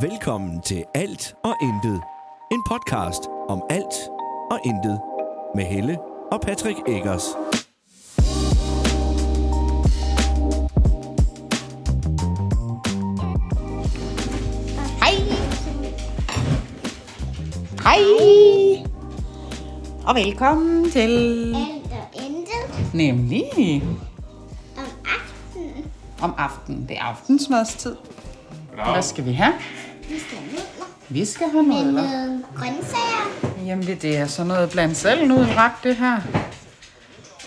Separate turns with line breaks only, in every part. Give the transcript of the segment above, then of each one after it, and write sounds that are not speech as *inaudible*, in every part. Velkommen til Alt og Intet. En podcast om alt og intet. Med Helle og Patrick Eggers.
Hej. Hej. Og velkommen til...
Alt og intet
Nemlig
om aftenen.
om aftenen. Det er aftensmadstid. Hvad skal vi have?
Vi skal nudler
Vi skal have
med
nudler.
nogle grøntsager.
Jamen det det er sådan noget blandt selv nudelret, det her.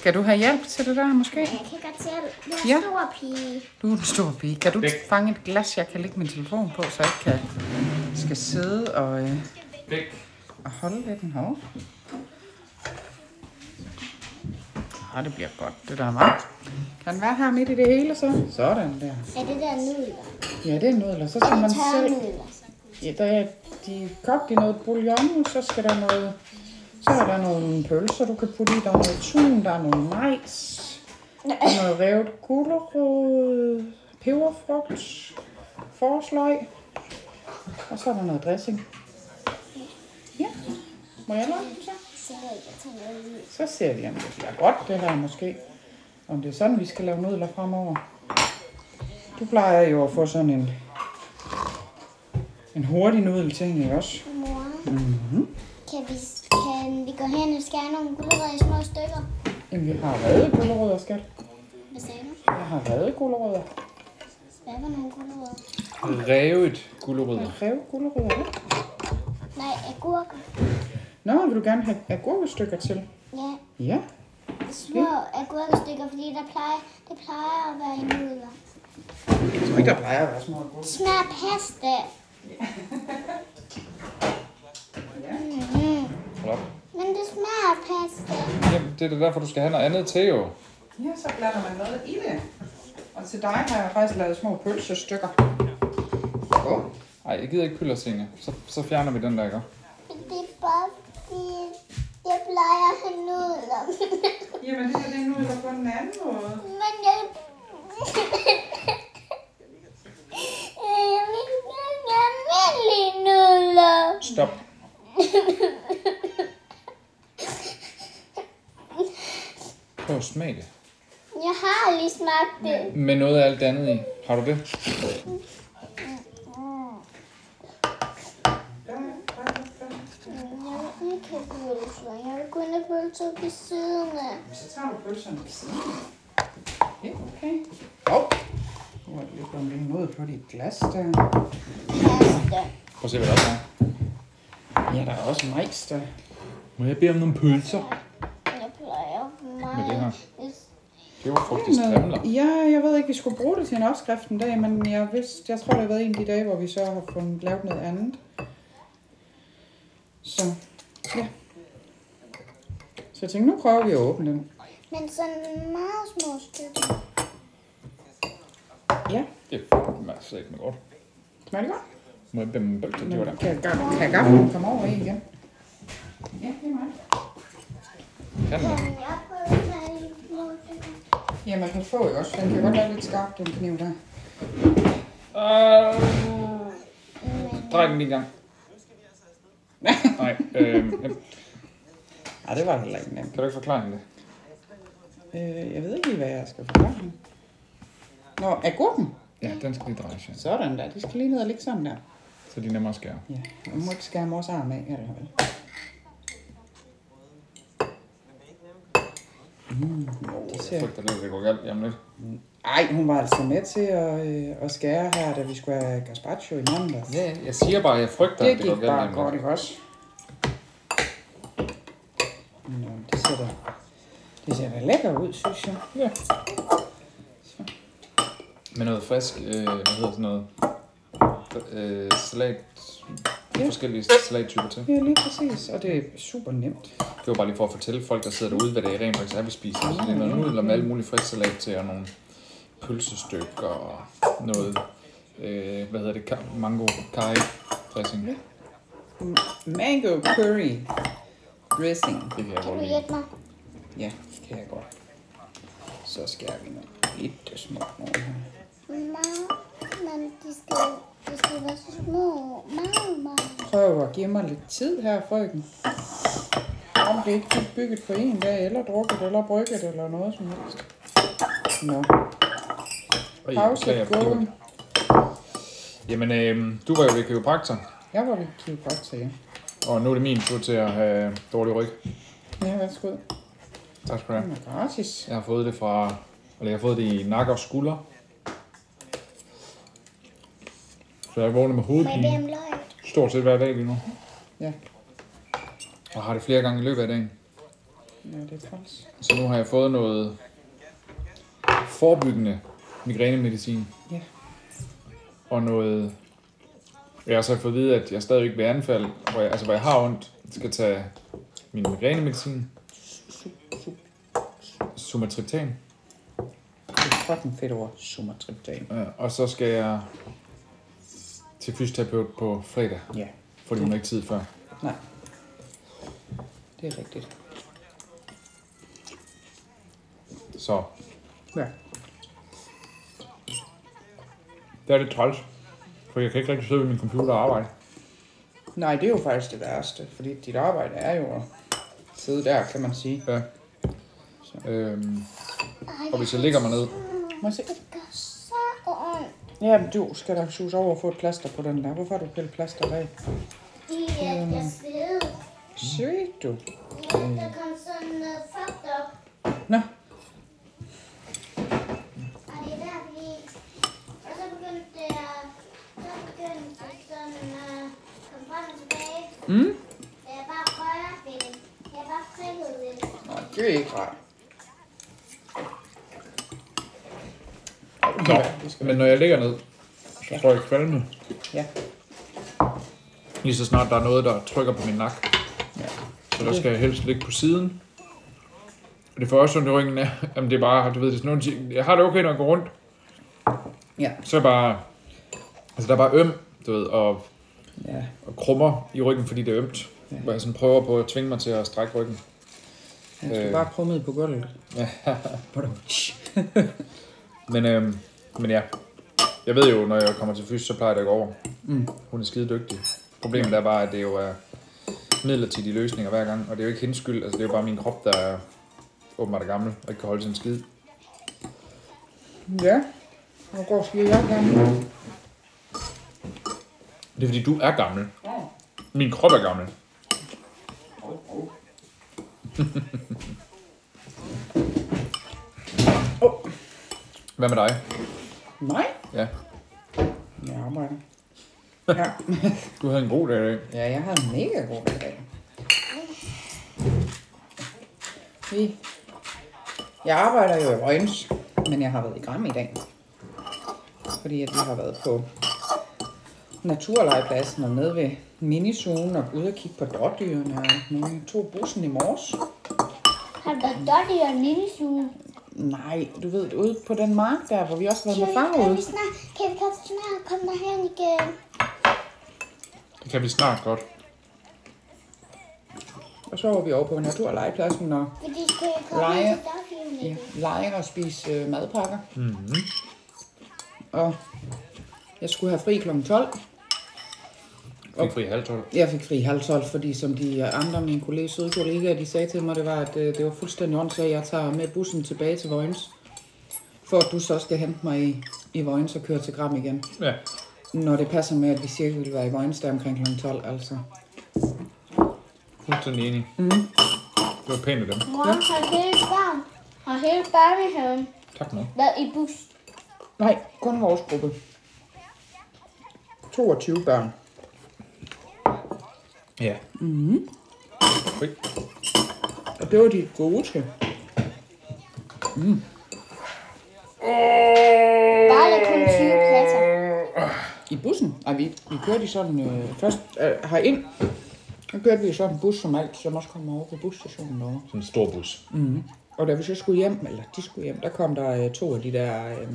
Kan du have hjælp til det der måske?
Jeg kan godt se, at det er
Ja.
en stor pige.
Du er en stor pige. Kan du fange et glas, jeg kan lægge min telefon på, så jeg ikke kan, skal sidde og, øh, og holde ved den hov. Ah, det bliver godt, det der var. Kan den være her midt i det hele så? Sådan der.
Er det der nudler?
Ja, det er nudler. Så
Er
skal
det
man
tørre
selv...
nudler?
Ja, der er de er kogt i noget bouillon, så skal der noget... Så er der nogle pølser, du kan putte i. Der er noget tun, der er noget majs. Der er noget revet gulerod, peberfrugt, forsløg. Og så er der noget dressing. Ja, må jeg lade den så?
Så kan jeg tage noget ud.
Så ser vi, om det bliver godt, det her måske. Om det er sådan, vi skal lave nudler fremover. Du plejer jo at få sådan en, en hurtig nudel til hende også.
Mor,
Mhm.
kan, vi, kan vi gå hen og skære nogle gulerødder i små stykker?
Jamen, vi har røde gulerødder, skat.
Hvad sagde du?
Jeg har røde gulerødder.
Hvad var nogle gulerødder?
Revet gulerødder.
Ræve gulerødder, ja.
Nej, agurker.
Nå, vil du gerne have agurkestykker til?
Ja,
Ja.
små agurkestykker, fordi der plejer, det plejer at være i nudler.
Jeg tror ikke, der plejer at være sådan noget
Smør pasta. Mhm.
Hold op.
Men det smager af pasta.
Jamen, det er da derfor, du skal have noget andet til, jo.
Ja, så blander man noget i det. Og til dig har jeg faktisk lavet små pølsestykker. Åh,
Ej, jeg gider ikke pyldersinge. Så, så fjerner vi den der, ikke?
Men det er bare fordi, jeg plejer at have nudler. *laughs*
Jamen, det her det er nu der på en anden måde.
Men jeg... *laughs* Jeg vil gerne have almindelige nudler.
Stop. Prøv at smage det.
Jeg har lige smagt det.
Med noget af alt det andet i. Har du det?
Jeg vil ikke have pølser. Jeg vil kun have pølser ved siden af.
Så tager du pølserne på siden. Okay, okay. Åh. Nu er det lige kommet lidt noget på dit glas der.
Pasta.
Prøv at se, hvad der er.
Ja, der er også majs der.
Må jeg bede om nogle pølser?
Jeg plejer
Med det her.
meget. Hvis-
Det var frugtig strimler.
Noget, øh, ja, jeg ved ikke, vi skulle bruge det til en opskrift en dag, men jeg, vidste, jeg tror, det har været en af de dage, hvor vi så har fundet lavet noget andet. Så, ja. Så jeg tænkte, nu prøver vi at åbne den.
Men sådan meget små stykker.
Ja,
Det er slet ikke godt.
smager det godt?
Må jeg bede om nogle pølser? Det var der.
Men Kan, kan, kan gaffelen komme over i igen? Ja, det er mig.
Kan den det?
Kan jeg prøve at tage lidt små stykker?
Ja, man kan få jo også. Den kan godt være lidt skarp, den kniv der.
Øh,
Men
Drej den lige en gang. Nej, øh, jamen,
Nej, det var heller ikke nemt.
kan du ikke forklare hende det?
Øh, jeg ved ikke lige, hvad jeg skal forklare. hende. Nå, agurken.
Ja, den skal lige drejes, ja.
Sådan der. Det skal lige ned og ligge sådan der.
Så de er nemmere at skære.
Ja, man må ikke skære mors arm af, eller hvad? Mm, det
Jeg
ser...
frygter lidt, at det går galt jamen lidt.
Ej, hun var altså med til at, øh, at skære her, da vi skulle have gazpacho i mandags.
Ja, jeg siger bare, at jeg frygter,
Det
at det går
gik
galt
bare
jamen
godt,
lidt.
ikke også? Nå, det ser da, det ser da lækker ud, synes jeg.
Ja. Med noget frisk, øh, hvad hedder sådan noget, øh, salat,
Ja.
forskellige salattyper til.
Ja, lige præcis. Og det er super nemt.
Det var bare lige for at fortælle folk, der sidder derude, hvad det er rent faktisk er, vi spiser. Så det er noget nudler med alle mulige frisk salat til, og nogle pølsestykker og noget, øh, hvad hedder det, ka- mango kai dressing.
Mango curry dressing.
Det kan
kan
jeg godt
du
lide.
hjælpe mig?
Ja, det kan jeg godt. Så skærer vi nogle lidt småt nogle her.
Nej, men de skal, de skal være så små.
og giver mig lidt tid her, frøken. Om det ikke er bygget på en dag, eller drukket, eller brygget, eller noget som helst. Nå,
Og jeg
pause
beklager,
at
for det var-
gå.
Jamen, øh, du var jo ved kiropraktor,
Jeg var lidt kivet godt til jer.
og nu er det min tur til at have dårlig ryg.
Ja, værsgo.
Tak skal du
Den
have.
er gratis.
Jeg har fået det fra, eller jeg har fået det i nakke og skulder. Så jeg vågner med
Må jeg bede
hovedpine
om løg?
stort set hver dag lige nu,
Ja,
og har det flere gange i løbet af dagen.
ja det er træls.
Så nu har jeg fået noget forebyggende migrænemedicin.
Ja.
Og noget... Jeg har så fået at vide, at jeg stadigvæk ved anfald, hvor jeg, altså hvor jeg har ondt, skal tage min migrænemedicin. Sumatriptan.
Det er fucking fedt over sommertripdagen.
Ja, Øh, og så skal jeg til fysioterapeut på fredag,
Ja,
fordi hun har ikke tid før.
nej. Det er rigtigt.
Så
Ja.
det er lidt træls, for jeg kan ikke rigtig sidde ved min computer og arbejde.
Nej, det er jo faktisk det værste, fordi dit arbejde er jo at sidde der, kan man sige.
Ja. Øhm,
Ej,
og hvis jeg ligger mig ned,
Må jeg se?
det gør så ondt.
Jamen, du skal da sus over og få et plaster på den der. Hvorfor har du pillet plaster af?
Fordi at jeg sved.
Se du.
Der kom sådan noget fucked up.
Nå,
Og det er der, vi... Og så begyndte det at... Så begyndte det sådan at komme frem og tilbage.
Mm.
Så jeg bare rørte ved det. Jeg bare prikkede ved det.
Nå det er ikke rart.
Nå, men når jeg ligger ned, så tror jeg kvalme.
Ja,
Lige så snart der er noget, der trykker på min nak. Så der skal jeg helst ligge på siden. Og Det får også ondt i ryggen af. Jamen det er bare, du ved, det er sådan nogle ting. Jeg har det okay, når jeg går rundt.
ja,
Så er jeg bare, altså der er bare øm, du ved, og,
ja.
og krummer i ryggen, fordi det er ømt. Hvor jeg sådan prøver på at tvinge mig til at strække ryggen.
Jeg skal bare krumme på gulvet.
Men, øhm, men ja, jeg ved jo, når jeg kommer til fys, så plejer det at gå over.
Mm.
Hun er skide dygtig. Problemet er bare, at det jo er midlertidige løsninger hver gang, og det er jo ikke hendes skyld. Altså, det er jo bare min krop, der er åbenbart er gammel og ikke kan holde sin skid.
Ja. Nu går skal jeg gerne.
Det er fordi, du er gammel.
Ja.
Min krop er gammel. *laughs*
Åh.
Hvad med dig?
Nej.
Ja,
Jeg arbejder. Ja.
du havde en god dag i dag.
ja, jeg har en mega god dag. Vi- Jeg arbejder jo i Røgens, men jeg har været i Gram i dag. Fordi at vi har været på naturlegepladsen og nede ved minisonen og ude og kigge på dårdyrene og alt muligt. tog bussen i morges.
Har du været dårlig og en lille suge?
Nej, du ved, ude på den mark der, hvor vi også var med far
Kan
ude.
vi snart, kan vi godt snart komme derhen igen?
Det kan vi snart godt.
Og så var vi over på naturlegepladsen og
Fordi kan vi komme
Lege.
til dagligdagen
ja,
igen?
lege og spise øh, madpakker. Mm-hmm. Og jeg skulle have fri kl. 12.
Fik fri halv tolv.
Jeg fik fri halv 12, fordi som de andre af mine kolleger, søde kollegaer, de sagde til mig, det var, at øh, det var fuldstændig åndssvagt, at jeg tager med bussen tilbage til Vojens, for at du så skal hente mig i, i Vojens og køre til Gram igen.
Ja.
Når det passer med, at vi cirka ville være i Vojens der omkring kl. 12, altså.
Fuldstændig enig. Mm. Det var pænt af dem.
Mor har hele barn og hele børnehaven
Tak mor.
været i bus.
Nej, kun vores gruppe. 22 børn.
Ja. Mm. Okay.
Og det var de gode til.
Bare der er kun 20 pladser.
I bussen? Nej, vi, vi kørte i sådan øh, først øh, herind. Så kørte vi i sådan en bus som alt, som også kom over på busstationen derovre.
Sådan en stor bus. Mm.
Og da vi så skulle hjem, eller de skulle hjem, der kom der øh, to af de der øh,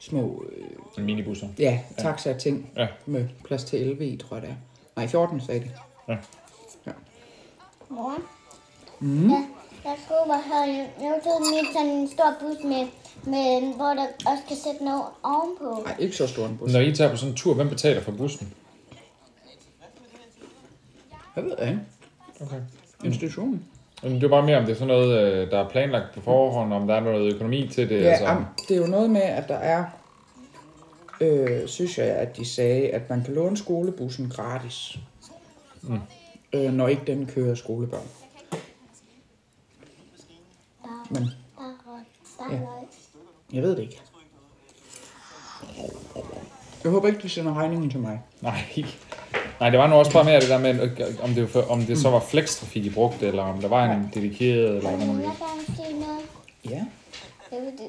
små, øh,
En minibus.
ja, taxa-ting
Ja.
med plads til 11 i, tror jeg det er. Nej, 14 sagde de.
Ja.
Ja.
Mor? Mm. Ja, jeg skulle bare have nu tog min sådan en stor bus med, med, hvor der også kan sætte noget ovenpå.
Nej, ikke så stor en bus.
Når I tager på sådan en tur, hvem betaler for bussen?
Det ved jeg ikke.
Okay.
Institutionen.
Men det er bare mere, om det er sådan noget, øh, der er planlagt på forhånd, om der er noget økonomi til det.
Ja,
altså.
altså. det er jo noget med, at der er, øh, synes jeg, at de sagde, at man kan låne skolebussen gratis, mm. øh, når ikke den kører skolebørn. Men
Bare røg. Bare
Ja.
røg.
jeg ved det ikke. Jeg håber ikke, de sender regningen til mig.
Nej. Nej, det var nu også bare mere det der med, øh, om det, var- om det så var flextrafik, I brugte, eller om der var en dedikeret, eller
Men
hvad man
jeg kan sige noget.
Ja.
Jeg ved det.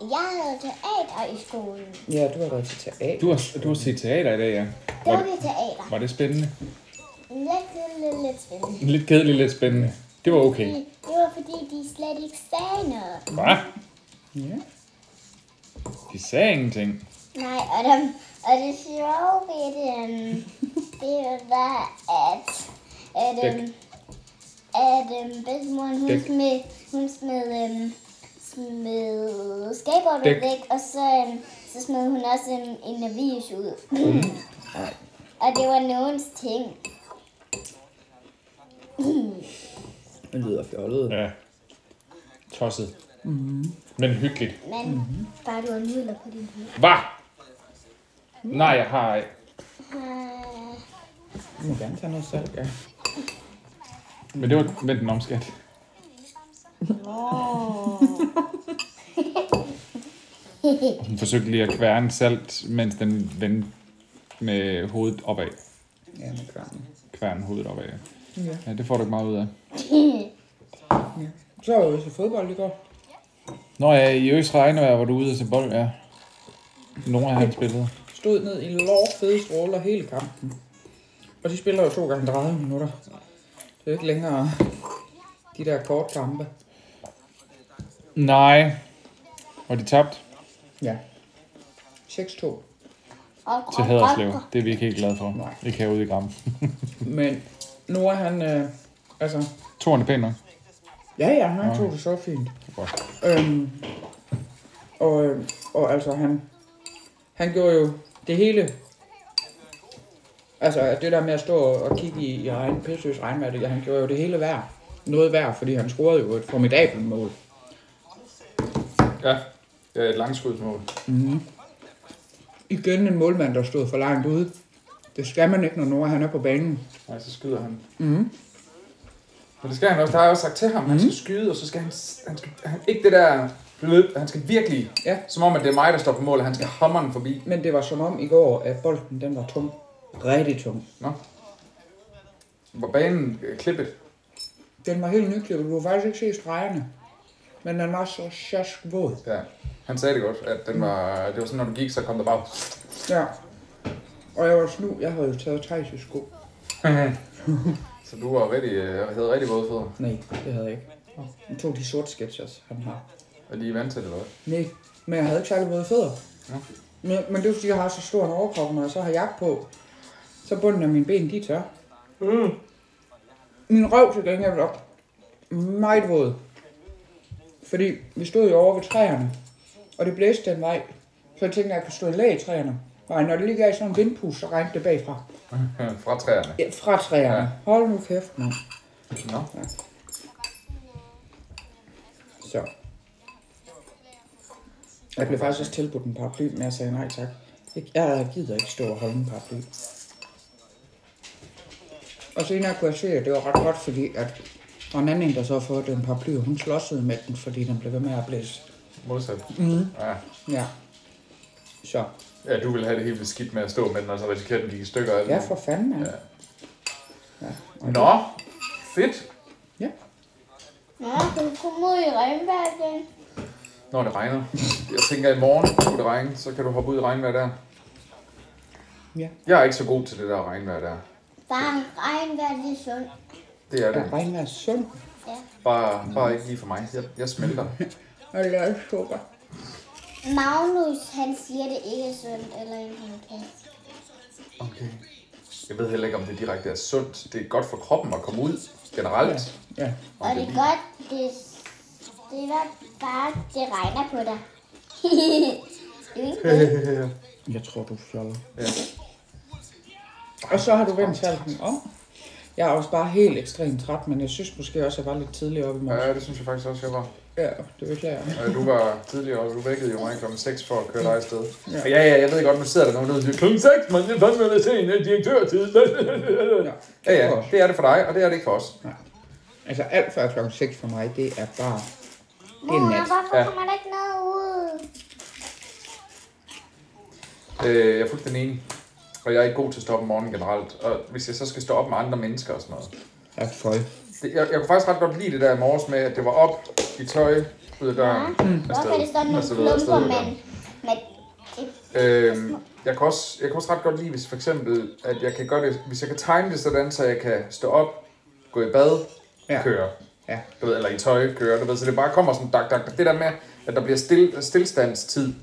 Jeg havde teater i skolen.
Ja, du har været til teater.
du har, du har set teater i dag, ja.
Det var det teater.
Var det spændende?
Lidt, lidt, lidt, lidt spændende.
Lidt kedeligt, lidt spændende. Det var okay.
Det var fordi, de slet ikke sagde noget.
Hvad?
Ja.
De sagde ingenting.
Nej, og, dem, og det sjove ved det, øhm, det var, at, at, øhm, at øhm, bedstemoren, hun
Dæk.
smed, hun smed, øhm, smed skateboardet
Dæk.
væk, og så, øhm, så smed hun også en, en avis ud.
Mm.
og det var nogens ting.
Det lyder fjollet.
Ja. Tosset. Mm-hmm. Men hyggeligt.
Men
Mhm.
mm-hmm. bare du har nudler på din hud.
Hvad? Nej, jeg har ikke.
Øh,
Du må gerne tage noget salg, ja.
Men det var vent den om, *laughs* skat. Hun forsøgte lige at kværne salt, mens den vendte med hovedet opad.
Ja, med kvarmen.
Kværne hovedet opad.
Ja.
Ja, det får du ikke meget ud af.
ja. Så var jeg ude til fodbold i går.
Nå ja, i øst regnvejr var du ude og se bold, ja. Nogle af hans spillede.
Stod ned i lov fede stråler hele kampen. Og de spiller jo to gange 30 minutter. Det er ikke længere de der korte kampe.
Nej. Og de tabt
Ja. 6-2.
og
til
grøn,
Haderslev.
grøn,
Det er vi ikke helt glade for.
Nej.
Ikke herude i Gram.
Men Nora han, øh, altså,
Toren er pænt nok.
ja ja, han tog det så fint.
Godt.
Øhm, og, øh, og altså, han, han gjorde jo det hele. Altså, det der med at stå og og kigge i, i regn, pissøs regnvejr, det- han gjorde jo det hele værd. Noget værd, fordi han scorede jo et formidabelt mål.
Ja, det er et langskudsmål.
Igen en målmand, der stod for langt ude. Det skal man ikke, når Nora han er på banen.
Nej, så skyder han. Mm. Men det skal han også. Der har jeg også sagt til ham, mm. han skal skyde, og så skal han, han, skal, han ikke det der løb. Han skal virkelig,
Ja.
som om at det er mig, der står på mål, og han skal hammer den forbi.
Men det var som om i går, at bolden den var tung. Rigtig tung.
Nå. Var banen øh, klippet?
Den var helt nyklippet. Du kunne faktisk ikke se stregerne. Men den var så sjask våd.
Ja. Han sagde det godt, at den var, det var sådan, når du gik, så kom der bare...
Ja. Og jeg var snu. Jeg havde jo taget Thijs' sko.
Så du var rigtig, øh, havde rigtig våde fødder,
Nej, det havde jeg ikke. Jeg tog de sorte sketchers, han har.
og de er vant til det, eller hvad?
Nej, men jeg havde ikke særlig våde fødder. Men, men det er fordi, jeg har så stor en overkrop, når jeg så har jakke på. Så bunden af mine ben, de er tør. Mm. Min røv til gengæld var meget våd. Fordi vi stod jo over ved træerne, og det blæste den vej. Så jeg tænkte, at jeg kunne stå i læ i træerne. Nej, når det ligger i sådan en vindpus, så regnede det bagfra.
Fra træerne.
Ja, fra træerne. Ja. Hold nu kæft, mand.
Nå.
Så. Jeg blev faktisk også tilbudt en paraply, men jeg sagde nej tak. Jeg- Jeg gider ikke stå og holde en paraply. Og senere kunne jeg se, at det var ret godt, fordi at der var en anden, der så havde fået den paraply, og hun slåsede med den, fordi den blev ved med at blæse.
Modsat. Mm. Ja.
Ja. Så.
ja, du ville have det helt vildt skidt med at stå med den, og så risikere, at den gik i stykker. og alt
Ja,
muligt.
for fanden, mand.
Nå, fedt.
Ja.
Nå, du kom ud i regnvejr igen.
Når det regner. Jeg tænker, at i morgen skulle det regne, så kan du hoppe ud i regnvejr der.
Ja.
Jeg er ikke så god til det der regnvejr der.
Bare regnvejr, det er sundt.
Det er
Der
det.
regner sund.
Bare, bare ikke lige for mig. Jeg, jeg smelter.
Og laver sukker.
Magnus, han siger det ikke er sundt, eller en podcast.
Okay. Jeg ved heller ikke, om det direkte er sundt. Det er godt for kroppen at komme ud generelt.
Ja.
Og det er godt, det, det var bare, det regner på dig. det er jo ikke noget.
Jeg tror, du fjoller.
Ja.
Og så har du vendt alting om. Jeg er også bare helt ekstremt træt, men jeg synes måske også, at jeg var lidt tidligere oppe i morges.
Ja, det synes jeg faktisk også, jeg var.
Ja, det beklager jeg.
Øh, Du var tidligere, og du vækkede jo mig klokken 6 for at køre dig afsted. Og ja, ja, jeg ved godt, nu sidder der nogen derude og siger, klokken 6, man, det er fandme lidt sent, det er direktørtid. ja, ja, det er det for dig, og det er det ikke for os.
Altså alt før klokken 6 for mig, det er bare... Det er
Mor,
nat.
hvorfor
Ja.
kommer der ikke noget ud?
Øh, jeg er fuldstændig enig. Og jeg er ikke god til at stå op om morgenen generelt. Og hvis jeg så skal stå op med andre mennesker og sådan noget.
Ja, føj.
Det, jeg, jeg kunne faktisk ret godt lide det der i morges med, at det var op i tøj, ud af døren,
Hmm.
mm.
Hvorfor er det sådan nogle klumper, men... men det,
Øhm, jeg, kan også, jeg kan også ret godt lide, hvis for eksempel, at jeg kan gøre det, hvis jeg kan time det sådan, så jeg kan stå op, gå i bad,
Ja.
ja. køre.
Ja.
Du ved, eller i tøj, køre, du ved, så det bare kommer sådan dak, dak, dak. Det der med, at der bliver stil, stillstandstid.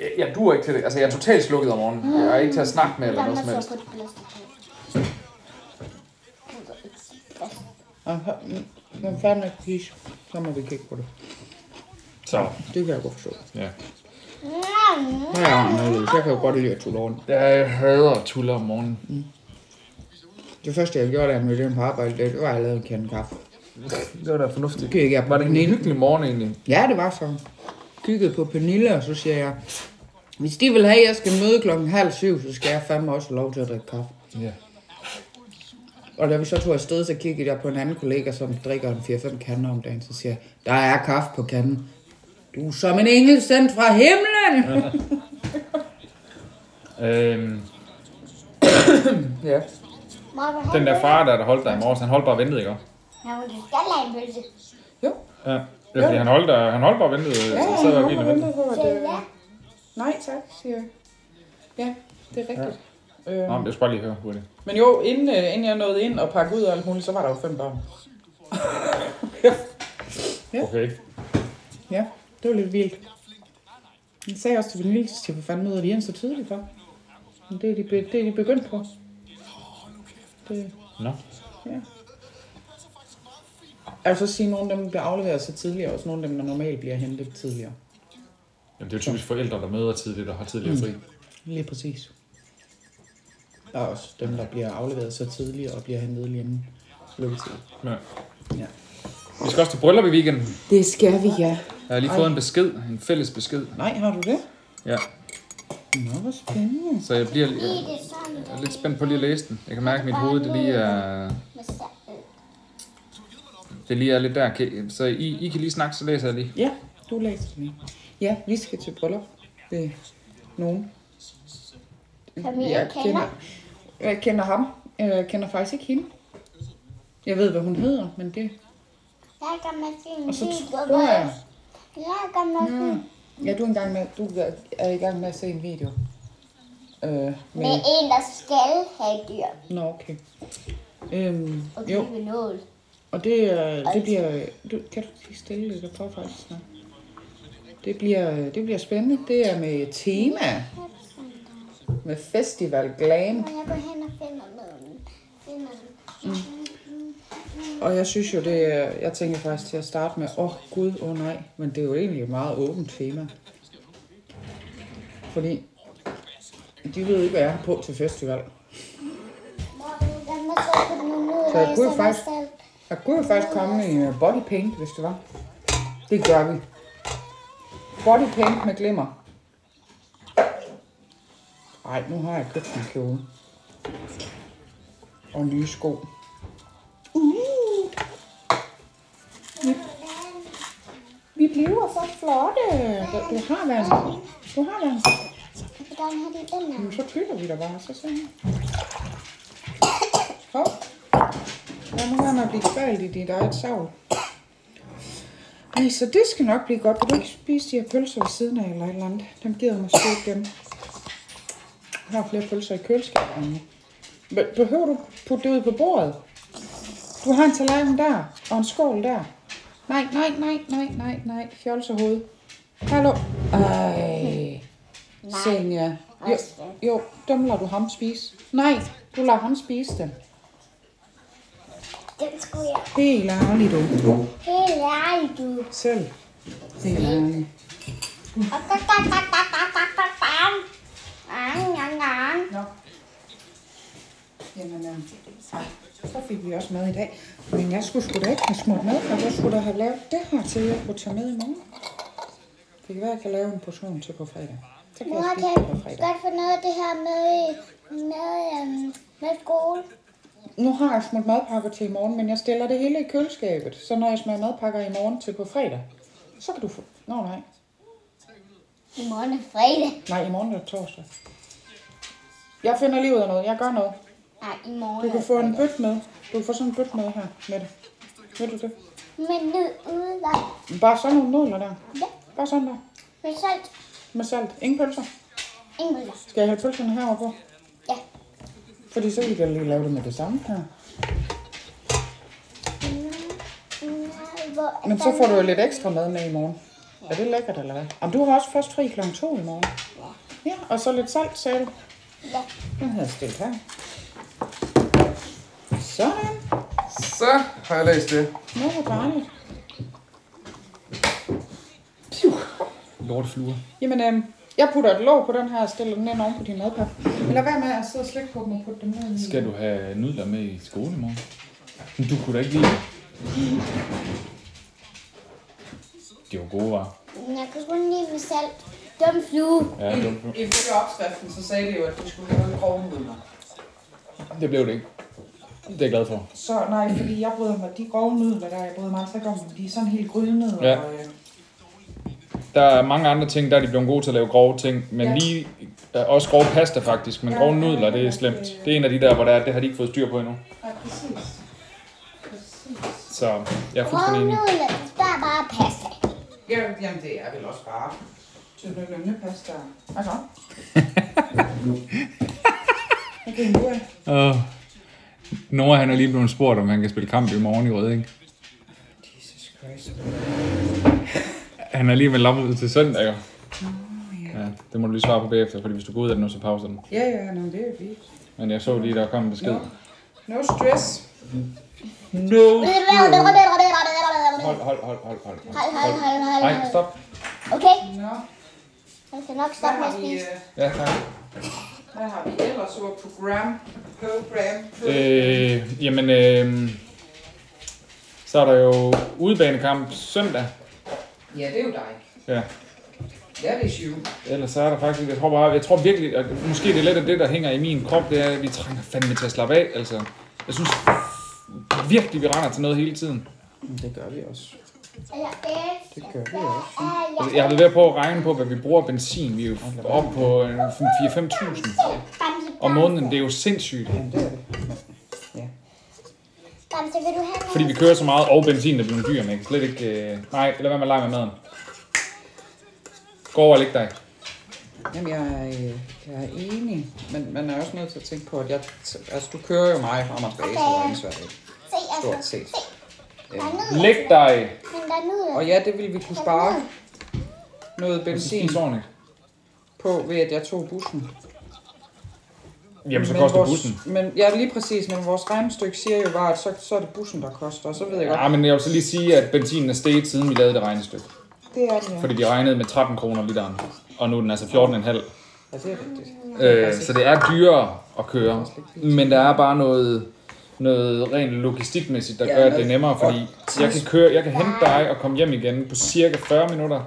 Jeg, jeg duer ikke til det. Altså, jeg er totalt slukket om morgenen. Jeg er ikke til at snakke med eller
der
noget
må
som helst.
så på et plastikpose. Gider ikke sige plastik.
Aha, nu- nu er fanden er pis, så må vi kigge på det.
Så,
Det kan jeg godt forstå.
ja.
Mm.
Ja, men jeg kan jo godt lide at tulle rundt.
Jeg hader at tulle om morgenen.
Det første, jeg gjorde, da jeg mødte ind på arbejde, det var, at jeg lavede en kande kaffe.
Det var da fornuftigt. Mm.
Kiggede jeg på
Var det en
Pernille.
hyggelig morgen egentlig?
Ja, det var så. Kiggede på Pernille, og så siger jeg, hvis de vil have, at jeg skal møde klokken halv syv, så skal jeg fandme også have lov til at drikke kaffe.
Ja.
Og da vi så tog afsted, så kiggede jeg på en anden kollega, som drikker en 4-5 kander om dagen, så siger jeg, der er kaffe på kanden. Du er som en engel sendt fra himlen!
Øhm,
Ja.
Mor, vil du have
den
en
der
pølse?
far der, der holdt dig i morges, han holdt bare og ventede, ikke? også?
Ja, hun skal lave en pølse.
Jo,
Ja. Det er fordi, han holdt, der, han holdt bare og ventede, øh, så sad der bilen og ventede.
på,
Så ja.
Nej tak, siger jeg. Ja, det er rigtigt. Ja.
Nå, men jeg skal bare lige høre hurtigt.
Men jo, inden, øh, inden jeg nåede ind og pakkede ud og alt muligt, så var der jo fem børn.
Okay.
Ja, det var lidt vildt. Jeg sagde også til min lille søster, hvor fanden møder de ind så tidligt for? Men det er de, be, det er de begyndt på. Det,
Nå.
ja. Jeg vil så sige, at nogle af dem bliver afleveret så tidligere, og også nogle af dem, der normalt bliver hentet tidligere.
Jamen, det er jo typisk forældre, der møder tidligt og har tidligere fri.
Lige præcis. Der er også dem, der bliver afleveret så tidligt og bliver hentet lige inden lukketid.
Ja.
Ja.
Vi skal også til bryllup i weekenden.
Det skal vi, ja.
Jeg har lige fået en besked, en fælles besked.
Nej, har du det?
Ja.
Nå, hvor spændende.
Så jeg bliver lige,
Det er sådan,
jeg er lidt spændt på lige at læse den. Jeg kan mærke, at mit hoved det lige er,
med salt.
det lige er lidt der. Kan- Så I, I kan lige snakke, så læser jeg lige.
Ja, du læser den. ikke. Ja, vi skal til bryllup ved nogen.
Familie kender.
Jeg kender ham. Øh, Jeg kender faktisk ikke hende. Jeg ved, hvad hun hedder, men det...
Jeg kan med sin
Og så
video,
tror
hvor
jeg... Hmm.
jeg kan med sin...
Ja, du er, engang med, du er i gang med at se en video. Øh,
Med
med...
en, der skal have dyr.
Nå, okay. Øhm,
Og
jo,
knive nål.
og det, øh, det bliver... Du, kan du blive stille lidt? Jeg prøver faktisk at snakke. Det bliver, det bliver spændende. Det er med tema. Med festival glam.
Og jeg går hen og finder nålen. Finder den.
Og jeg synes jo, det er, jeg tænker faktisk til at starte med, åh oh, gud, åh oh, nej, men det er jo egentlig et meget åbent tema. Fordi de ved ikke, hvad jeg har på til festival.
Mor, jeg må så putte nogle nål,
Så jeg
og
kunne
sætter
faktisk-
salt.
Jeg kunne jo faktisk komme i øh, body paint, hvis det var. Det gør vi. Body paint med glimmer. Ej, nu har jeg købt en kjole. Og nye sko. Uh. Vi bliver så flotte. Du, du har været. Du har været.
Jeg vil gerne have din ender.
Jamen, så flytter vi dig bare, så sådan. Hov. Lad nu være med at blive kvalt i dit eget savl. Ej, så det skal nok blive godt. Vil du ikke spise de her pølser ved siden af eller et eller andet? Dem gider jeg måske ikke dem. Jeg har flere pølser i køleskabet. Anja. Men Behøver du putte det ud på bordet? Du har en tallerken der, og en skål der. Nej, nej, nej, nej, nej, nej. Fjolsehoved. Hallo. Ej. Senja. Jo, jo, dem lader du ham spise. Nej, du lader ham spise dem.
Den skulle jeg
Helt ærligt, du.
helt ærlig, du.
Selv. Helt ærligt.
Og tak, tak, tak, tak, tak, tak, tak, tak. Ang, ang, ang.
Nå. Så fik vi også mad i dag. Men jeg skulle sgu da ikke have smurt mad, og jeg skulle da have lavet det her til, at jeg kunne tage med i morgen. Det kan være, jeg kan lave en portion til på fredag. Så kan
Mor,
jeg
kan
spise det på
jeg
fredag.
godt få noget af det her med, i- med, øhm, med skole?
Nu har jeg smurt madpakker til i morgen, men jeg stiller det hele i køleskabet. Så når jeg smager madpakker i morgen til på fredag, så kan du få... Nå nej.
I morgen er fredag.
Nej, i morgen er det torsdag. Jeg finder lige ud af noget. Jeg gør noget.
Nej, i morgen
Du kan
er-
få en bøt med. Du kan få sådan en bøt med her, med det. Ved du det?
Men nu ude der.
Bare sådan nogle nudler der.
Ja,
Bare sådan der.
med salt.
Med salt. Ingen pølser.
Ingen der.
Skal jeg hælde pølserne herover på?
Ja.
Fordi så kan jeg lige lave det med det samme her.
Nej, Mm, hvor er
Men så
der
får du jo
noget?
lidt ekstra mad med i morgen. Er det lækkert, eller hvad? Jamen, du har også først fri kl. 2 i morgen. Ja, og så lidt salt, sagde du.
Ja.
Den havde jeg stillet her. Sådan.
Så har jeg læst det.
Nu er det dejligt.
Lort fluer.
Jamen, øhm, jeg putter et låg på den her og stiller den ind oven på din madpakke. Men lad være med at sidde og slikke på dem og putte dem ned i.
Skal du have nudler med i skole i morgen? Men Du kunne da ikke lide det. Det var gode, var.
Jeg kan kun lide med salt. Dum flue.
Ja, det, var...
Ifølge opskriften, så sagde det jo, at du skulle have grove nudler.
det blev det ikke. Det er jeg glad for.
Så nej, fordi jeg bryder mig, de grove nudler der, jeg bryder mig altså ikke om, dem. de er sådan helt grynede.
Ja.
Og, øh,
Der er mange andre ting, der er de blevet gode til at lave grove ting, men
Ja.
ja. lige der er også grove pasta faktisk, men
Ja,
grove
ja, ja,
nudler, det
ja,
er slemt.
det-
Det er en af de der, hvor der er, det har de ikke fået styr på endnu.
ja, præcis. Præcis.
Så jeg er
Og
fuldstændig
nu
enig.
er det bare bare pasta.
Ja, jamen det er vel også bare tynde pasta. Hvad
*laughs*
så? Okay, nu er
Uh, Nora han er lige blevet spurgt, om han kan spille kamp i morgen i Rød, ikke?
Jesus Christ.
Han er lige med lammet til søndag, jo. Ja, det må du lige svare på bagefter, fordi hvis du går ud af den nu, så pauser den.
Ja, ja, nå, det er fint.
Men jeg så lige, der kom en besked.
Nå. No stress.
No!
Ved du hvad? Hold, hold, hold, hold,
Hold, hold, hold,
hold,
hold, hold.
hold, hold, hold.
Nej, stop.
Okay,
Nå,
jeg skal nok
hvad
stoppe med at
har vi,
spise.
øh,
Ja, tak.
hvad har vi ellers? Vores program. Program.
Øh, jamen, øh, så er der jo udebanekamp søndag.
Ja, det er jo dig.
Ja,
That is you.
ellers så er der faktisk, jeg tror bare, jeg tror virkelig, at måske det er lidt af det, der hænger i min krop, det er, at vi trænger fandme til at slappe af, altså. Jeg synes virkelig, vi render til noget hele tiden.
Det gør vi også.
Jeg elsker,
Det gør vi også.
at jeg
Altså, jeg har været ved på at regne på, hvad vi bruger af benzin. Vi er jo oppe på øh, 4-5.000
Bamse,
om måneden. Det er jo sindssygt,
Jamen, det er det.
Bamse, vil du have noget?
fordi vi kører så meget, og benzin er blevet dyr, men jeg kan slet ikke... Øh, nej, lad være med at lege med maden. Gå over og læg dig.
Jamen, jeg er, øh, jeg er enig, men man er også nødt til at tænke på, at jeg, altså, du kører jo mig frem og tilbage til Ringsværd,
Se, jeg skal
stort set.
Der er nudler.
Læg dig!
Men der er nudler.
Og ja, det ville vi kunne spare noget benzin
Spis ordentligt.
på, ved at jeg tog bussen.
Jamen, så koster
vores,
bussen.
Men, ja, lige præcis, men vores regnestykke siger jo bare, at så, så er det bussen, der koster, og så ved jeg godt,
Ja, men jeg vil så lige sige, at benzinen er steget, siden vi lavede det regnestykke.
det er det, ja.
Fordi de regnede med 13 kroner literen, og nu er den altså 14,5.
ja det er rigtigt.
Øh, så det er dyrere at køre, men der er bare noget, noget rent logistikmæssigt, der
Ja,
gør, at det er
noget-
nemmere, fordi jeg kan, køre, jeg kan hente dig og komme hjem igen på cirka 40 minutter,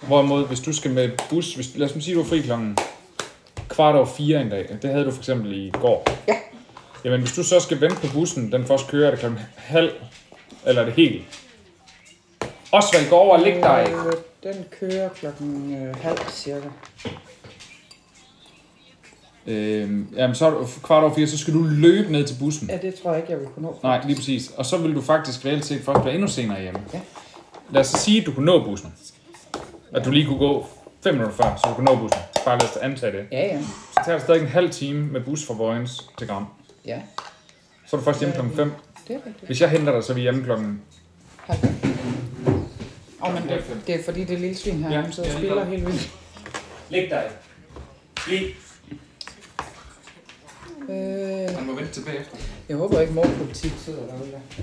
hvorimod hvis du skal med bus, hvis, lad os nu sige, du er fri klokken kvart over fire en dag, det havde du for eksempel i går.
Ja.
Jamen hvis du så skal vente på bussen, den først kører, er det klokken halv, eller er det helt? Osvald, gå over og læg dig.
Øh, Den kører klokken øh, halv cirka.
Øh, jamen så er du kvart over fire, så skal du løbe ned til bussen.
Ja, det tror jeg ikke, jeg vil kunne nå.
Nej, lige præcis. Og så vil du faktisk reelt set først være endnu senere hjemme.
Ja.
Lad os så sige, at du kunne nå bussen. At du lige kunne gå 5 minutter før, så du kunne nå bussen. Bare lad os antage det.
Ja, ja.
Så tager det stadig en halv time med bus fra Vojens til Gram.
Ja,
Så er du først hjemme klokken 5.
det er rigtigt.
Hvis jeg henter dig, så er vi hjemme klokken...
Åh, men det, det er fordi, det lille svin her,
Ja,
ja, sidder og
ja,
spiller
lige
helt vildt.
Læg dig. Lige.
Øh,
Han må vente tilbage efter.
jeg håber ikke, morpolitik sidder derude der.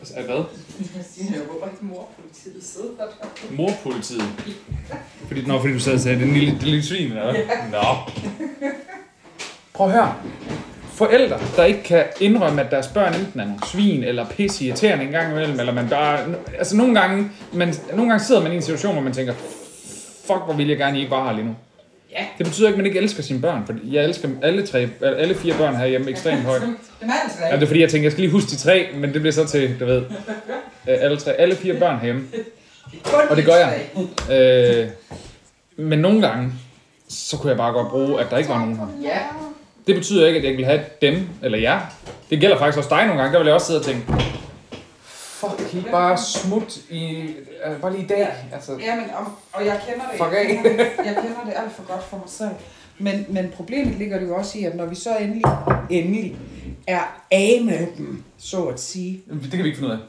Altså, hvad?
Jeg håber ikke, morpolitiet sidder der.
Morpolitiet. Fordi, nå, fordi du sad og sagde, det er en lille, det er en lille svin, eller hvad? Nå. Prøv at høre. forældre, der ikke kan indrømme, at deres børn enten er nogle svin eller pisse irriterende en gang imellem, eller man bare... Altså nogle gange, man, nogle gange sidder man i en situation, hvor man tænker, fuck, hvor vil jeg gerne, I ikke var her lige nu.
Ja.
Det betyder ikke, at man ikke elsker sine børn, for jeg elsker alle, tre, eller alle fire børn herhjemme ekstremt højt.
Det er altså
Ja, det er fordi, jeg tænker, jeg skal lige huske de tre, men det bliver så til, du ved, øh, alle tre, alle fire børn herhjemme. Og det gør jeg. Øh, men nogle gange, så kunne jeg bare godt bruge, at der ikke var nogen her.
Ja.
Det betyder ikke, at jeg ikke vil have dem eller jer. Det gælder faktisk også dig nogle gange. Der vil jeg også sidde og tænke, fuck, I bare smut i, øh, bare lige i dag. Altså,
Ja, men, og, og jeg kender det.
Fuck af.
Jeg kender det- Jeg kender det alt for godt for mig selv. Men, men problemet ligger det jo også i, at når vi så endelig, endelig er af med dem, så at sige,
det kan vi ikke finde ud af.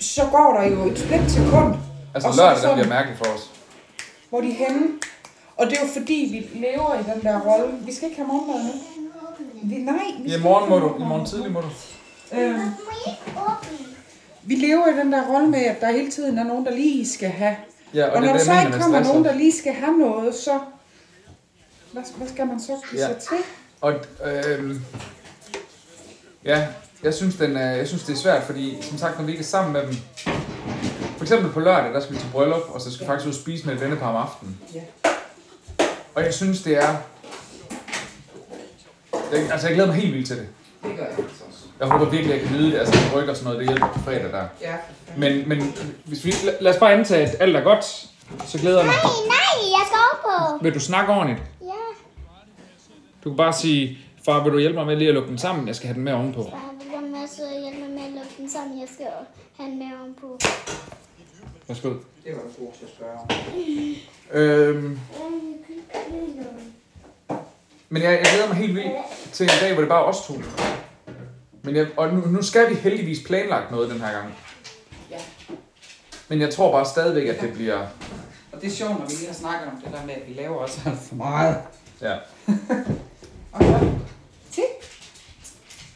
så går der jo et split sekund,
Altså
Og så-
lørdag, der
så-
bliver mærkeligt for os.
hvor de er henne. Og det er jo fordi, vi lever i den der rolle. Vi skal ikke have morgenmad nu. Vi, nej, vi
I
skal
morgen
ikke
må
have
du, i
morgenmad.
morgen tidlig må du.
Øhm,
Må I ikke åbne?
vi lever i den der rolle med, at der hele tiden er nogen, der lige skal have.
Ja, og,
Og
det
når
er
der
det,
så
jeg
ikke
mener,
kommer
man
nogen,
stresser.
der lige skal have noget, så... Hvad, hvad skal man så give
Ja.
sig til?
Og øh, ja, jeg synes, den er, jeg synes, det er svært, fordi som sagt, når vi ikke er sammen med dem, for eksempel på lørdag, der skal vi til bryllup, og så skal vi faktisk ud og spise med et vennepar om aftenen.
Ja.
Og jeg synes, det er... Jeg, altså, jeg glæder mig helt vildt til det.
Det gør jeg altså også.
Jeg håber virkelig, jeg kan nyde det. Altså, det rykker og sådan noget, det hjælper på fredag der.
Ja.
Men, men hvis vi...
Lad- Lad os bare antage, at alt er godt. Så glæder jeg mig.
Nej, nej, jeg skal op på.
Vil du snakke ordentligt?
Ja,
Du kan bare sige, far, vil du hjælpe mig med lige at lukke den sammen? Jeg skal have den med ovenpå.
jeg vil gerne med at hjælpe mig med at lukke den sammen. Jeg skal have den med ovenpå.
Værsgo.
Det var du god til at spørge om.
Øhm, men jeg, jeg glæder mig helt vildt til en dag, hvor det bare er os to. Men jeg, og nu, nu skal vi heldigvis planlagt noget den her gang.
Ja.
Men jeg tror bare stadigvæk, at det bliver...
Og det er sjovt, når vi lige har snakket om det der med, at vi laver også alt for meget.
Ja.
Og så... Se.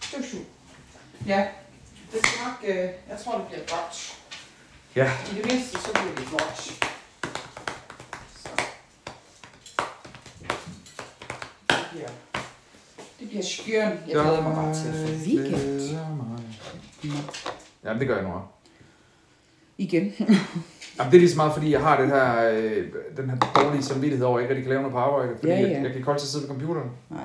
Styk syv. Ja. Det skal nok... Øh, jeg tror, det bliver godt.
Ja.
I det mindste, så bliver det godt. Så. Det bliver... Det bliver skøn. Jeg glæder mig bare til. Weekend.
Jamen, det gør jeg nu også.
Igen. *laughs*
Jamen, det er lige så meget, fordi jeg har den her, øh, den her dårlige samvittighed over, at jeg ikke rigtig kan lave noget på arbejde. Fordi
Ja,
ja,
ja.
ja. Jeg, jeg kan ikke holde til at sidde ved computeren.
Nej.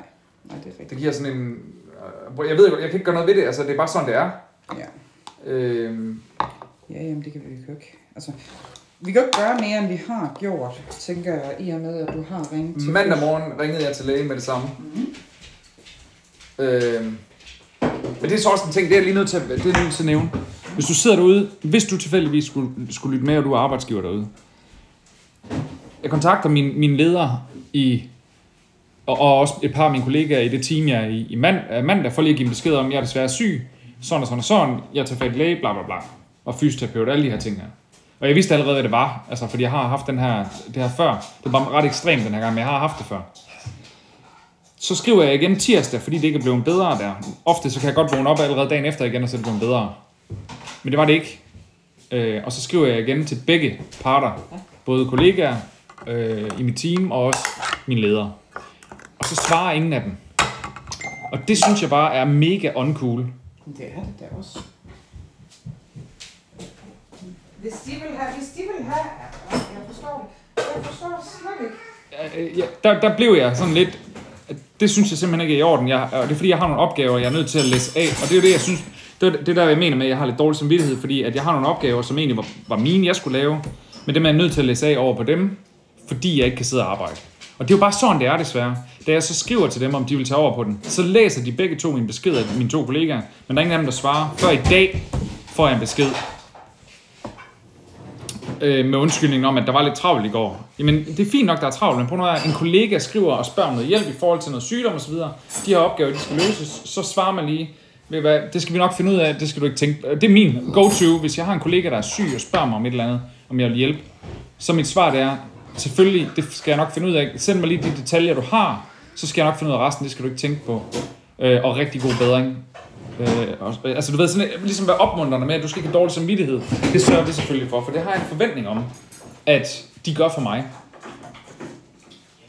Nej, det er rigtigt.
Det giver sådan en... Øh, hvor- jeg ved godt, jeg kan ikke gøre noget ved det. Altså, det er bare sådan, det er.
Ja.
Øh,
Ja, jamen det kan vi jo ikke. Altså, vi kan jo ikke gøre mere, end vi har gjort, tænker jeg, i og med, at du har ringet til
mandag morgen ringede jeg til lægen med det samme. Mm-hmm. Øh, men det er så også en ting, det er jeg lige nødt til at, det er jeg nødt til at nævne.
Hvis du sidder derude, hvis du tilfældigvis skulle, skulle lytte med, og du er arbejdsgiver derude. Jeg kontakter min, min leder i, og, og også et par af mine kollegaer i det team, jeg er i, i mand, øh, mandag, for lige at give dem besked om, at jeg er desværre syg, sådan og sådan og sådan, jeg tager fat i læge, bla bla bla, og fysioterapeut, alle de her ting her. Og jeg vidste allerede, hvad det var, altså, fordi jeg har haft den her, det her før. Det var ret ekstremt den her gang, men jeg har haft det før. Så skriver jeg igen tirsdag, fordi det ikke er blevet bedre der. Ofte så kan jeg godt vågne op allerede dagen efter igen, og så er det blevet bedre. Men det var det ikke. Øh, og så skriver jeg igen til begge parter. Både kollegaer øh, i mit team og også min leder. Og så svarer ingen af dem. Og det synes jeg bare er mega uncool.
Det er det da også. Hvis de vil have, hvis de vil have, jeg forstår det, jeg forstår det slet ikke.
Øh, ja, der, der blev jeg sådan lidt... Det synes jeg simpelthen ikke er i orden. Jeg, og det er fordi, jeg har nogle opgaver, jeg er nødt til at læse af. Og det er jo det, jeg synes... Det er det er der, jeg mener med, at jeg har lidt dårlig samvittighed, fordi at jeg har nogle opgaver, som egentlig var, var mine, jeg skulle lave. Men dem er jeg nødt til at læse af over på dem, fordi jeg ikke kan sidde og arbejde. Og det er jo bare sådan, det er desværre. Da jeg så skriver til dem, om de vil tage over på den, så læser de begge to mine beskeder, mine to kollegaer. Men der er ingen af dem, der svarer. Før i dag får jeg en besked øh, med undskyldningen om, at der var lidt travlt i går. Jamen, det er fint nok, der er travlt, men prøv nu at høre, en kollega skriver og spørger om noget hjælp i forhold til noget sygdom osv. De her opgaver, de skal løses, så svarer man lige, ved I hvad, det skal vi nok finde ud af, det skal du ikke tænke. Øh, Det er min go-to, hvis jeg har en kollega, der er syg og spørger mig om et eller andet, om jeg vil hjælpe. Så mit svar det er, selvfølgelig, det skal jeg nok finde ud af. Send mig lige de detaljer, du har, så skal jeg nok finde ud af resten, det skal du ikke tænke på. Øh, og rigtig god bedring. Øh, og, øh, altså du ved, sådan, øh, ligesom være opmuntrende med, at du skal ikke have dårlig samvittighed. Det sørger vi selvfølgelig for, for det har jeg en forventning om, at de gør for mig.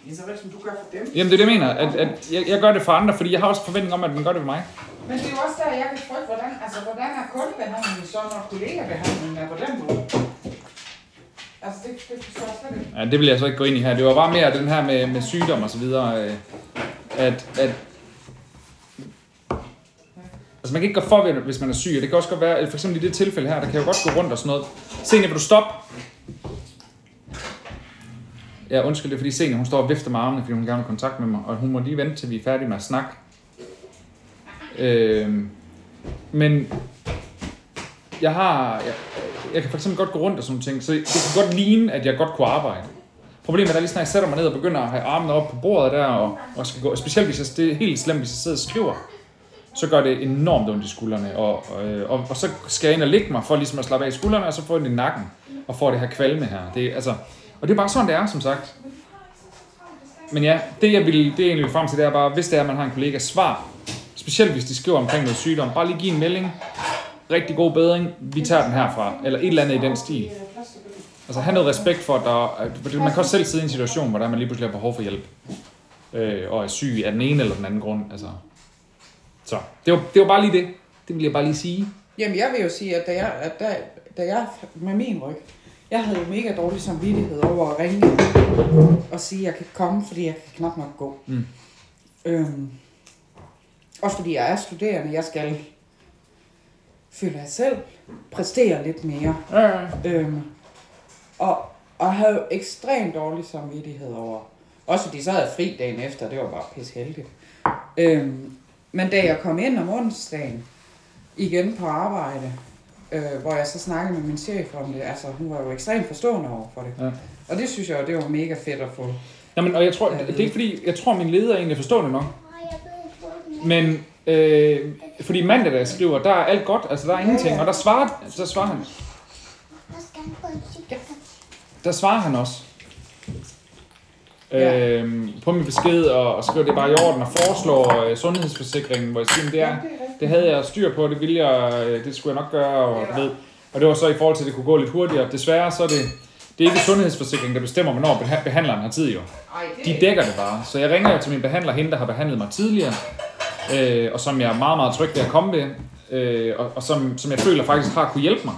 Ja, så hvad som du gør for dem?
Jamen det er det, jeg mener. At, at jeg, jeg gør det for andre, fordi jeg har også forventning om, at man gør det for mig.
Men det er jo også der, jeg kan frygte, hvordan, altså, hvordan er kundebehandlingen så, når kollegabehandlingen er på den måde? Altså, det, det forstår jeg slet ikke.
Ja, det vil jeg så ikke gå ind i her. Det var bare mere den her med, med sygdom og så videre. øh, At, at Altså man kan ikke gå for, ved, hvis man er syg, og det kan også godt være, for eksempel i det tilfælde her, der kan jeg jo godt gå rundt og sådan noget. Senior, vil du stoppe? Ja, undskyld, det er fordi Senior, hun står og vifter med armene, fordi hun gerne vil kontakt med mig, og hun må lige vente, til vi er færdige med at snakke. Øhm, men jeg har, jeg, jeg kan for eksempel godt gå rundt og sådan nogle ting, så det kan godt ligne, at jeg godt kunne arbejde. Problemet er, at lige snart jeg sætter mig ned og begynder at have armene op på bordet der, og, og skal gå, specielt hvis jeg, det er helt slemt, hvis jeg sidder og skriver, så gør det enormt ondt i skuldrene, og, og, øh, og, og så skal jeg ind og ligge mig for ligesom at slappe af i skuldrene, og så få den i nakken, og få det her kvalme her. Det, er, altså, og det er bare sådan, det er, som sagt. Men ja, det jeg vil, det jeg egentlig vil frem til, det er bare, hvis det er, at man har en kollega, svar. Specielt hvis de skriver omkring noget sygdom. Bare lige give en melding. Rigtig god bedring. Vi tager den herfra. Eller et eller andet i den stil. Altså have noget respekt for, at der, at- fordi man kan også selv sidde i en situation, hvor der man lige pludselig har behov for hjælp. Øh, og er syg af den ene eller den anden grund. Altså. Så det var, det var bare lige det. Det ville jeg bare lige sige.
Jamen, jeg vil jo sige, at da jeg, at da, da jeg med min ryg, jeg havde jo mega dårlig samvittighed over at ringe og sige, at jeg kan ikke komme, fordi jeg kan knap nok gå.
Mm.
Øhm, også fordi jeg er studerende, jeg skal føler jeg selv, præstere lidt mere.
Ja,
Øhm, og, og havde jo ekstremt dårlig samvittighed over. Også fordi så havde jeg fri dagen efter, det var bare pisse heldigt. Øhm, men da jeg kom ind om onsdagen igen på arbejde, øh, hvor jeg så snakkede med min chef om det, altså hun var jo ekstremt forstående over for det.
Ja.
Og det synes jeg jo, det var mega fedt at få.
Jamen, og jeg tror, det er ikke fordi, jeg tror, min leder egentlig forstår det nok.
Åh, jeg ved ikke, hvor den er.
Men øh, fordi mandag, da jeg skriver, der er alt godt, altså der er ingenting. Og der svarer, så svarer han,
Jeg skal på en cykel.
der svarer han også.
Ja.
Øhm, på min besked og, og skriver, det er bare i orden og foreslår øh, sundhedsforsikringen, hvor jeg siger, "Men det, er, det havde jeg styr på, det ville jeg, øh, det skulle jeg nok gøre, og, du ved. og det var så i forhold til, at det kunne gå lidt hurtigere. Desværre så er det, det er ikke sundhedsforsikringen, der bestemmer, hvornår beha- behandleren har tid jo.
Ej,
De dækker det bare. Så jeg ringer jo til min behandler, hende der har behandlet mig tidligere, øh, og som jeg er meget, meget tryg ved at komme ved, øh, og, og som, som jeg føler faktisk har kunne hjælpe mig.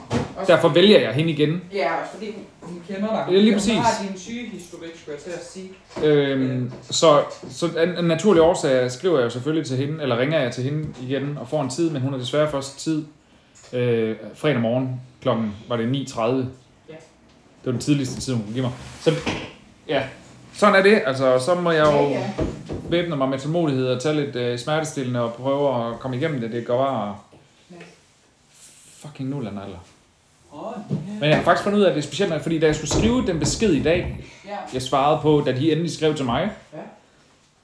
Derfor vælger jeg hende igen.
Ja, også fordi hun, hun kender dig.
Ja, lige
Hun
præcis.
har din sygehistorik, skulle jeg til at sige.
Øhm, så, så af en naturlig årsag skriver jeg jo selvfølgelig til hende, eller ringer jeg til hende igen og får en tid, men hun er desværre først tid øh, fredag morgen klokken var det 9.30. Ja. Det var den tidligste tid, hun kunne give mig. Så ja, sådan er det. Altså, og så må jeg jo
Ja, ja.
væbne mig med tålmodighed og tage lidt øh, smertestillende og prøve at komme igennem det. Det går bare
Ja.
fucking nuller naller.
Åh,
Men jeg har faktisk fundet ud af, at det er specielt, nok, fordi da jeg skulle skrive den besked i dag,
ja.
jeg svarede på, da de endelig skrev til mig.
Ja.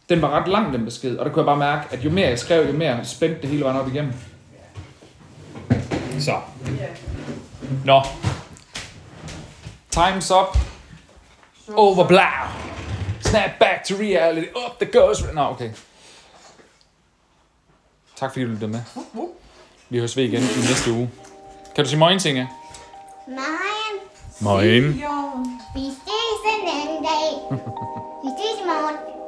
Den var ret lang, den besked, og der kunne jeg bare mærke, at jo mere jeg skrev, jo mere spændte det hele vejen op igennem. Så. Nå. Time's up. Over blah. Snap back to reality. Up the goes. Nå, okay. Tak fordi du lyttede med. Vi høres ved igen i næste uge. Kan du sige morgen, Tinge?
Mine.
Morgen.
Vi ses en anden dag. Vi ses i morgen.